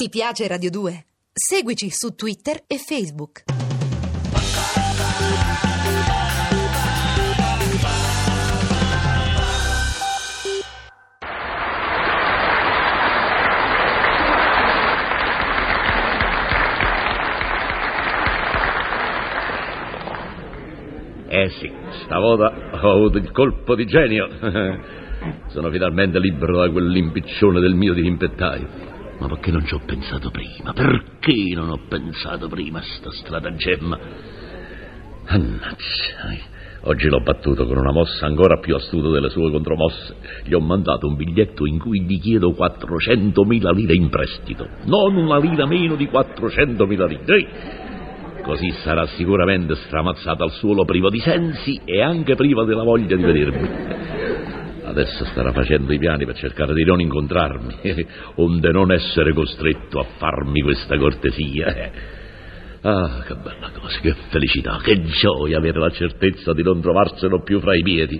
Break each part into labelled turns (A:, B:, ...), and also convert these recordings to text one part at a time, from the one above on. A: Ti piace Radio 2? Seguici su Twitter e Facebook.
B: Eh sì, stavolta ho avuto il colpo di genio. Sono finalmente libero da quell'impiccione del mio dirimpettaio. Ma perché non ci ho pensato prima? Perché non ho pensato prima a sta stratagemma? Annaccia, eh. oggi l'ho battuto con una mossa ancora più astuta delle sue contromosse. Gli ho mandato un biglietto in cui gli chiedo 400.000 lire in prestito. Non una lira meno di 400.000 lire. eh. Così sarà sicuramente stramazzata al suolo priva di sensi e anche priva della voglia di vedermi. Adesso starà facendo i piani per cercare di non incontrarmi, onde non essere costretto a farmi questa cortesia. eh. Ah, che bella cosa, che felicità, che gioia avere la certezza di non trovarselo più fra i piedi.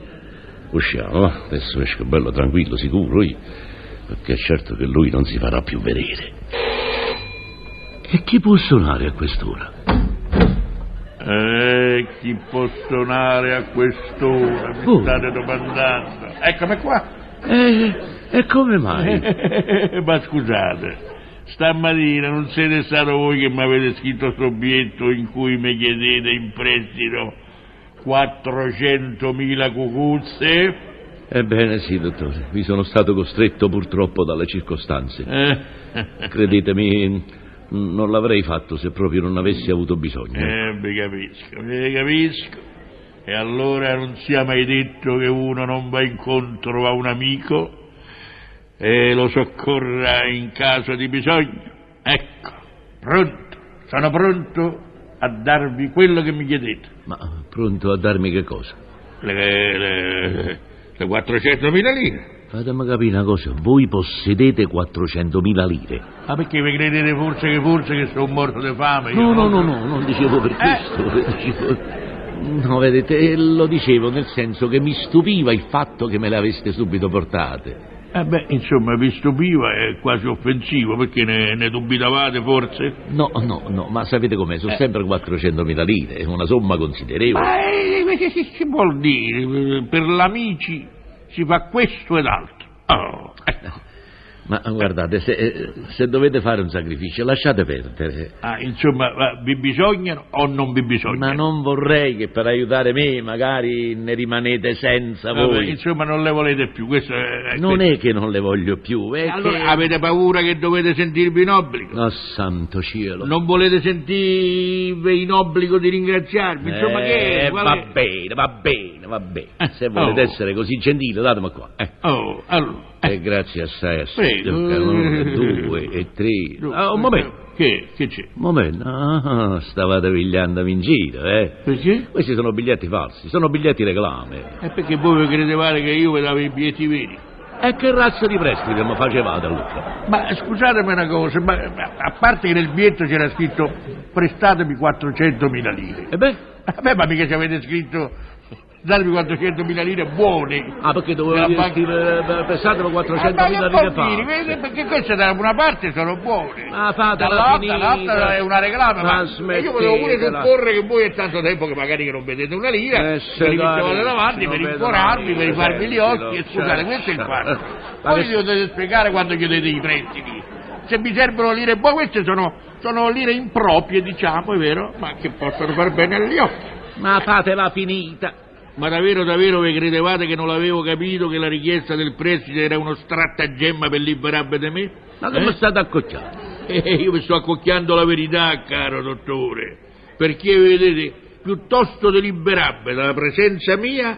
B: Usciamo, va? adesso esco bello tranquillo, sicuro, io, perché è certo che lui non si farà più vedere. E chi può suonare a quest'ora?
C: Eh, chi può suonare a quest'ora? Mi
B: Oh.
C: state domandando. Eccomi qua.
B: Eh, e come mai?
C: Ma scusate, stamattina non siete stato voi che mi avete scritto questo biglietto in cui mi chiedete in prestito 400.000 cucuzze?
B: Ebbene sì, dottore, mi sono stato costretto purtroppo dalle circostanze.
C: Eh,
B: Credetemi, mh, non l'avrei fatto se proprio non avessi avuto bisogno.
C: eh, vi capisco, vi capisco. E allora non sia mai detto che uno non va incontro a un amico e lo soccorra in caso di bisogno. Ecco, pronto, sono pronto a darvi quello che mi chiedete.
B: Ma pronto a darmi che cosa?
C: le, le, le 400.000 lire.
B: Fatemi capire una cosa, voi possedete 400.000 lire.
C: Ma perché vi credete forse che forse che sono morto di fame? io
B: No, no, Eh.
C: non so.
B: no, no, non dicevo per questo. dicevo- No, vedete, eh, lo dicevo nel senso che mi stupiva il fatto che me le aveste subito portate.
C: Eh beh, insomma, vi stupiva è quasi offensivo, perché ne, ne dubitavate forse?
B: No, no, no, ma sapete com'è? Sono
C: Eh.
B: sempre 400.000 lire, è una somma considerevole.
C: Ma eh, che, che- che vuol dire? Per l'amici si fa questo ed altro. Oh, ecco.
B: Ma guardate, se, eh, se dovete fare un sacrificio, lasciate perdere.
C: Ah, insomma, ma vi bisognano o non vi
B: Ma
C: bisognano?
B: non vorrei che per aiutare me magari ne rimanete senza
C: Vabbè,
B: voi.
C: Oh, insomma, non le volete più, questo è...
B: Non è che non le voglio più, è
C: Allora,
B: che...
C: avete paura che dovete sentirvi in obbligo?
B: Oh, santo cielo.
C: Non volete sentirvi in obbligo di ringraziarmi? Insomma, che
B: Eh,
C: qual
B: va
C: è?
B: bene, va bene, va bene.
C: Eh,
B: Se volete
C: oh.
B: essere così gentile, datemi qua. Eh.
C: Oh, allora. eh,
B: E grazie assai, assai.
C: Prego.
B: Uno, due e tre.
C: giù,
B: Ah, un momento,
C: Che, che c'è?
B: un momento. Ah, stavate pigliandomi in giro, eh.
C: Perché?
B: Questi sono biglietti falsi, sono biglietti reclame.
C: È perché voi vi credevate che io vi davo i biglietti veri.
B: E che razza di prestito mi facevate allora?
C: Ma scusatemi una cosa, ma, ma a parte che nel biglietto c'era scritto prestatemi 400.000 lire.
B: E Eh beh,
C: Vabbè, ma mica ci avete scritto darmi 400.000 lire buone.
B: ah perché dovevo
C: Della banca-
B: dire eh, pensatelo
C: Eh, ma che
B: 400.000
C: vuol
B: lire
C: dire? Vedi,
B: fa.
C: Perché queste da una parte sono buone.
B: Ma fatela
C: dall'altra,
B: finita.
C: l'altra è una reclama.
B: Ma
C: Ma io volevo pure
B: smettetela.
C: supporre che voi è tanto tempo che magari che non vedete una lira,
B: Eh, se
C: che li
B: dai,
C: mettevate
B: se
C: davanti
B: non
C: per
B: vedo
C: inforarmi,
B: una lira,
C: per farmi gli
B: certo,
C: occhi. E scusate,
B: certo.
C: questo è il fatto.
B: Ma
C: Poi
B: che-
C: vi dovete spiegare quando chiedete i prestiti. Se vi servono lire buone, queste sono, sono lire improprie, diciamo, è vero, ma che possono far bene agli occhi.
B: Ma fatela finita.
C: Ma davvero, davvero vi credevate che non l'avevo capito che la richiesta del prestito era uno strattagemma per liberarvi da me?
B: Ma come
C: Eh?
B: state accocciando?
C: Eh, io vi sto accocchiando la verità, caro dottore, perché vedete, piuttosto di liberarvi dalla presenza mia,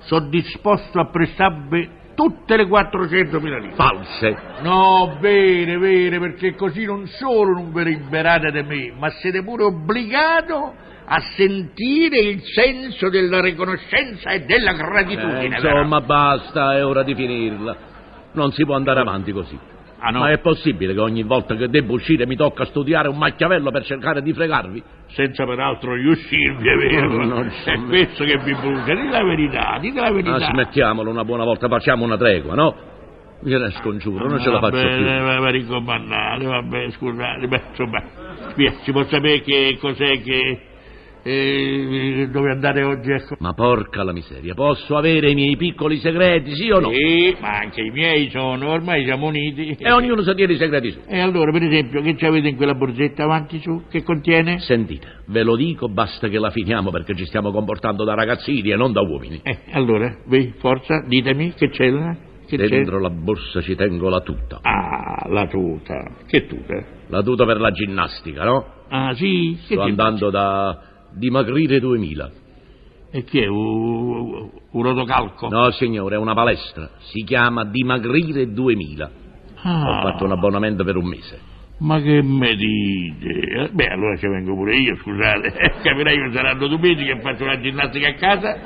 C: sono disposto a prestarvi tutte le 400.000 lire.
B: False.
C: No, bene, bene, perché così non solo non vi liberate da me, ma siete pure obbligato a sentire il senso della riconoscenza e della
B: Eh,
C: gratitudine. però.
B: insomma, basta, è ora di finirla. Non si può andare avanti così.
C: Ah, no?
B: Ma è possibile che ogni volta che devo uscire mi tocca studiare un macchiavello per cercare di fregarvi?
C: senza peraltro riuscirvi, è vero?
B: No, no,
C: è
B: insomma.
C: questo che vi brucia, dite la verità, dite la
B: Ma
C: verità.
B: smettiamolo una buona volta, facciamo una tregua, no? Gliela scongiuro, non ce la faccio
C: bene,
B: più.
C: Va, va ricomandare, va bene, scusate, beh, insomma, via, si può sapere che cos'è che... eh, dove andare oggi, ecco.
B: Ma porca la miseria, posso avere i miei piccoli segreti, sì o no?
C: Sì, ma anche i miei sono, ormai siamo uniti.
B: E ognuno sa dire i segreti suoi.
C: E allora, per esempio, che c'avete in quella borsetta avanti su? Che contiene?
B: Sentite, ve lo dico, basta che la finiamo perché ci stiamo comportando da ragazzini e non da uomini.
C: Eh, allora, vi, forza, ditemi, che c'è là? Che
B: Dentro la borsa ci tengo la tuta.
C: c'è? Ah, la tuta. Che tuta?
B: La tuta per la ginnastica, no?
C: Ah, sì? Che
B: Sto
C: ti-
B: andando da dimagrire 2000.
C: E chi è? Un, un rotocalco?
B: No, signore, è una palestra. Si chiama dimagrire 2000. Ho
C: Ah,
B: fatto un abbonamento per un mese.
C: ma che me dite? Eh, Beh, allora ci vengo pure io, scusate. Capirai che saranno domenica che faccio la ginnastica a casa,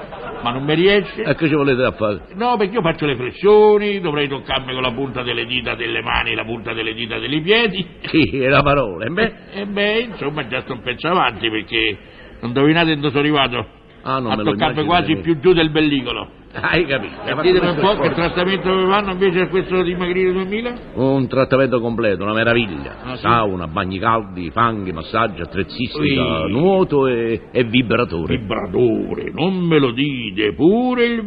C: ma non mi riesce.
B: E che ci volete da fare?
C: No, perché io faccio le flessioni, dovrei toccarmi con la punta delle dita delle mani e la punta delle dita dei piedi.
B: Chi è la parola? E me?
C: E beh, insomma, già sto un pezzo avanti perché indovinate dove sono arrivato.
B: Ah, non
C: a
B: me lo
C: toccarmi
B: immagino
C: quasi
B: nemmeno.
C: più giù del bellicolo.
B: Hai capito?
C: E
B: Ha fatto
C: Ditemi un
B: questo
C: po' che
B: sforzo.
C: trattamento mi fanno invece a questo dimagrire 2000?
B: Un trattamento completo, una meraviglia.
C: Ah, sì?
B: Sauna, bagni caldi, fanghi, massaggio, attrezzistica,
C: Ui.
B: nuoto e, e vibratore.
C: Vibratore, non me lo dite, pure il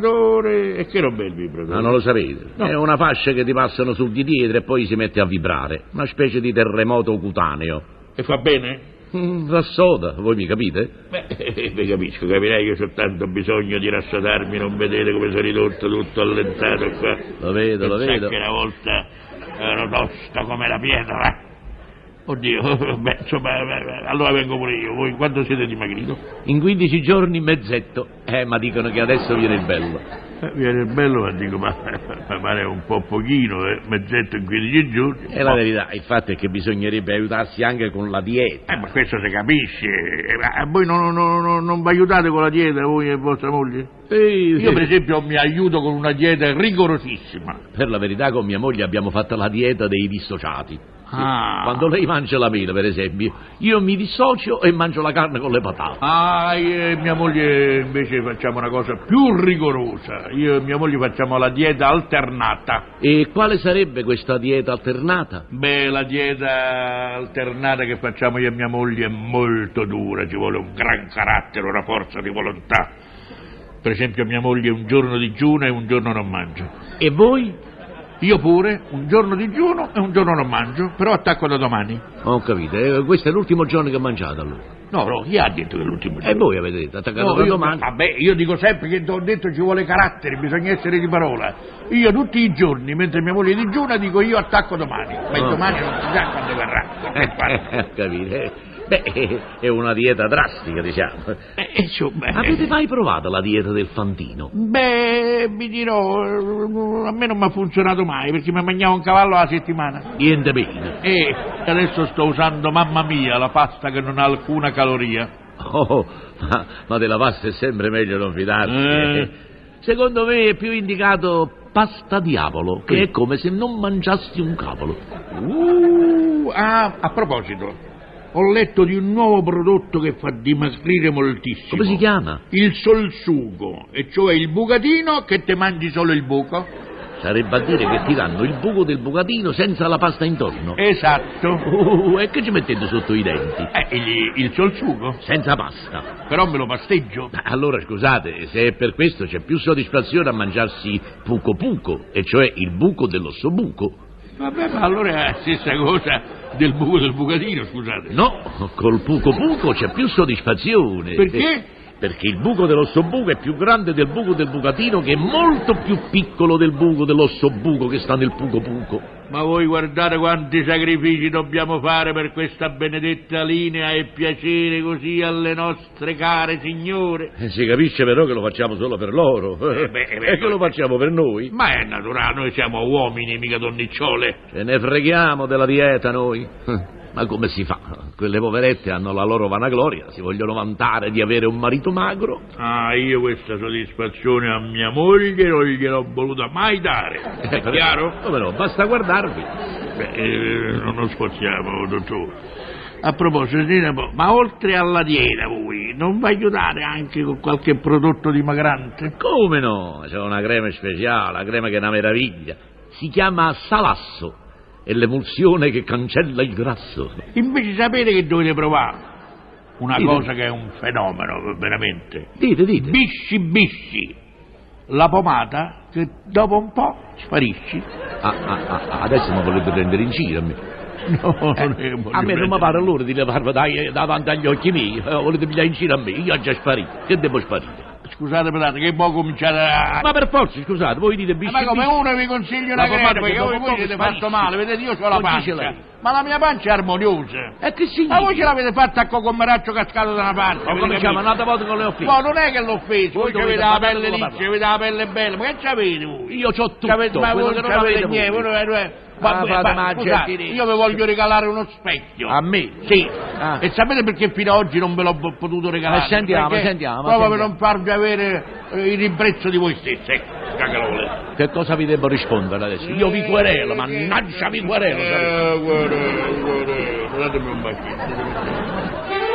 C: vibratore. E che roba è il vibratore?
B: Ma non lo sapete.
C: No.
B: È una fascia che ti passano sul di dietro e poi si mette a vibrare. Una specie di terremoto cutaneo.
C: E fa bene?
B: Mm, Rassoda, voi mi capite?
C: Beh, vi capisco, capirai che ho tanto bisogno di rassadarmi, non vedete come sono ridotto tutto allentato qua.
B: Lo vedo, lo
C: Pensai
B: vedo.
C: che una volta eh, ero tosto come la pietra. eh? Oddio, beh, insomma, eh, beh, beh, allora vengo pure io. Voi quando siete dimagrito?
B: In 15 giorni mezzetto. Eh, ma dicono che adesso viene il bello.
C: Eh, viene il bello, ma dico, ma mi pare un po' pochino, eh, mezzetto in 15 giorni.
B: È la verità, il fatto è che bisognerebbe aiutarsi anche con la dieta.
C: Eh, ma questo si capisce. Eh, ma voi non, non- non- non vi aiutate con la dieta, voi e vostra moglie? Io, per esempio, mi aiuto con una dieta rigorosissima.
B: Per la verità con mia moglie abbiamo fatto la dieta dei dissociati.
C: Ah.
B: Quando lei mangia la mela, per esempio, io mi dissocio e mangio la carne con le patate.
C: Ah, io e mia moglie invece facciamo una cosa più rigorosa. Io e mia moglie facciamo la dieta alternata.
B: E quale sarebbe questa dieta alternata?
C: Beh, la dieta alternata che facciamo io e mia moglie è molto dura, ci vuole un gran carattere, una forza di volontà. Per esempio mia moglie un giorno digiuna e un giorno non mangia.
B: E voi?
C: Io pure un giorno digiuno e un giorno non mangio, però attacco da domani.
B: Ho capito, eh, questo è l'ultimo giorno che mangiate allora.
C: No, no, chi ha detto che è l'ultimo giorno?
B: E voi avete detto, attaccato
C: No,
B: alla
C: Oh, io,
B: domanda.
C: vabbè, io dico sempre che ho detto ci vuole carattere, bisogna essere di parola. Io tutti i giorni, mentre mia moglie digiuna, dico io attacco domani, ma il
B: Oh.
C: domani non si sa quando verrà.
B: Ho capito. eh. Beh, eh, è una dieta drastica, diciamo.
C: Eh, insomma,
B: Avete mai provato la dieta del fantino?
C: Beh, vi dirò, eh, a me non mi ha funzionato mai perché mi mangiavo un cavallo alla settimana.
B: Niente bene.
C: E adesso sto usando, mamma mia, la pasta che non ha alcuna caloria.
B: Oh, ma, ma della pasta è sempre meglio non fidarsi.
C: Eh.
B: Secondo me è più indicato pasta diavolo, che
C: Sì.
B: è come se non mangiassi un cavolo.
C: Uh, ah, a proposito, ho letto di un nuovo prodotto che fa dimagrire moltissimo.
B: Come si chiama?
C: Il solsugo, e cioè il bucatino che te mangi solo il buco.
B: Sarebbe a dire che ti danno il buco del bucatino senza la pasta intorno.
C: Esatto.
B: Oh, e che ci mettete sotto i denti?
C: Eh, il, il solsugo?
B: Senza pasta.
C: Però me lo pasteggio.
B: Ma allora scusate, se è per questo c'è più soddisfazione a mangiarsi puco puco, e cioè il buco dell'ossobuco.
C: Vabbè, ma allora è la stessa cosa del buco del bucatino, scusate.
B: No, col puco puco c'è più soddisfazione.
C: Perché?
B: Perché il buco dell'ossobuco è più grande del buco del bucatino che è molto più piccolo del buco dell'ossobuco che sta nel puco puco.
C: Ma voi guardate quanti sacrifici dobbiamo fare per questa benedetta linea e piacere così alle nostre care signore.
B: Eh, Si capisce però che lo facciamo solo per loro.
C: Eh, beh, eh, beh.
B: e che lo facciamo per noi.
C: Ma è naturale, noi siamo uomini, mica donnicciole.
B: Ce ne freghiamo della dieta noi. Eh, Ma come si fa? Quelle poverette hanno la loro vanagloria, si vogliono vantare di avere un marito magro.
C: Ah, io questa soddisfazione a mia moglie non gliel'ho voluta mai dare.
B: Eh,
C: È
B: però-
C: chiaro?
B: Come no, basta guardarvi.
C: Beh, eh, non lo sforziamo, dottore. A proposito, dite un po', ma oltre alla dieta voi, non vi aiutate anche con qualche prodotto dimagrante?
B: Come no? C'è una crema speciale, la crema che è una meraviglia. si chiama salasso. È l'emulsione che cancella il grasso.
C: Invece sapete che dovete provare? Una
B: Dite.
C: cosa che è un fenomeno, veramente.
B: Dite, dite.
C: Bisci bisci. La pomata che dopo un po' sparisce.
B: Ah, ah, ah, ah, adesso mi volete prendere in giro a me. Eh,
C: No, non è
B: A me non mi pare allora di levarvi dai- eh, davanti agli occhi miei. Eh, volete pigliare in giro a me? Io ho già sparito. Che devo sparire?
C: Scusate, pedate, che poi cominciate a...
B: Ma per forza, scusate, voi dite
C: Eh,
B: bisci
C: Ah. Ma come
B: bisci.
C: uno vi
B: Ma
C: consiglio la
B: come
C: crema,
B: fate che
C: perché voi,
B: dopo
C: voi
B: poco
C: siete
B: sparisce?
C: fatto male, vedete, io ho la
B: Non dice
C: pancia.
B: lei.
C: Ma la mia pancia è armoniosa.
B: E Eh, che
C: Ma voi
B: significa?
C: ce l'avete fatta a comaraccio cascato da una parte.
B: Ho
C: avete
B: cominciato
C: capito?
B: un'altra volta con le offese.
C: No, non è che l'ho offeso,
B: Voi
C: voi avete
B: dovete
C: la
B: parlare
C: pelle
B: come
C: lì,
B: parla.
C: avete la pelle bella, ma che c'avete voi?
B: Io c'ho tutto,
C: C'avete- ma
B: quello
C: voi
B: che
C: non
B: non
C: avete
B: avete
C: niente,
B: voi.
C: voi non avete...
B: Ah, fate mangiare,
C: scusate,
B: direte.
C: io vi voglio regalare uno specchio.
B: A me?
C: Sì.
B: Ah.
C: E sapete perché fino ad oggi non ve l'ho po- potuto regalare?
B: Ma sentiamo,
C: Perché
B: sentiamo,
C: Proprio per
B: sentiamo.
C: non farvi avere eh, il ribrezzo di voi stessi, ecco, già che lo volete.
B: Che cosa vi devo rispondere adesso? Io vi querelo, mannaggia vi querelo. sapete.
C: Eh, guarda, guarda, datemi un bacino.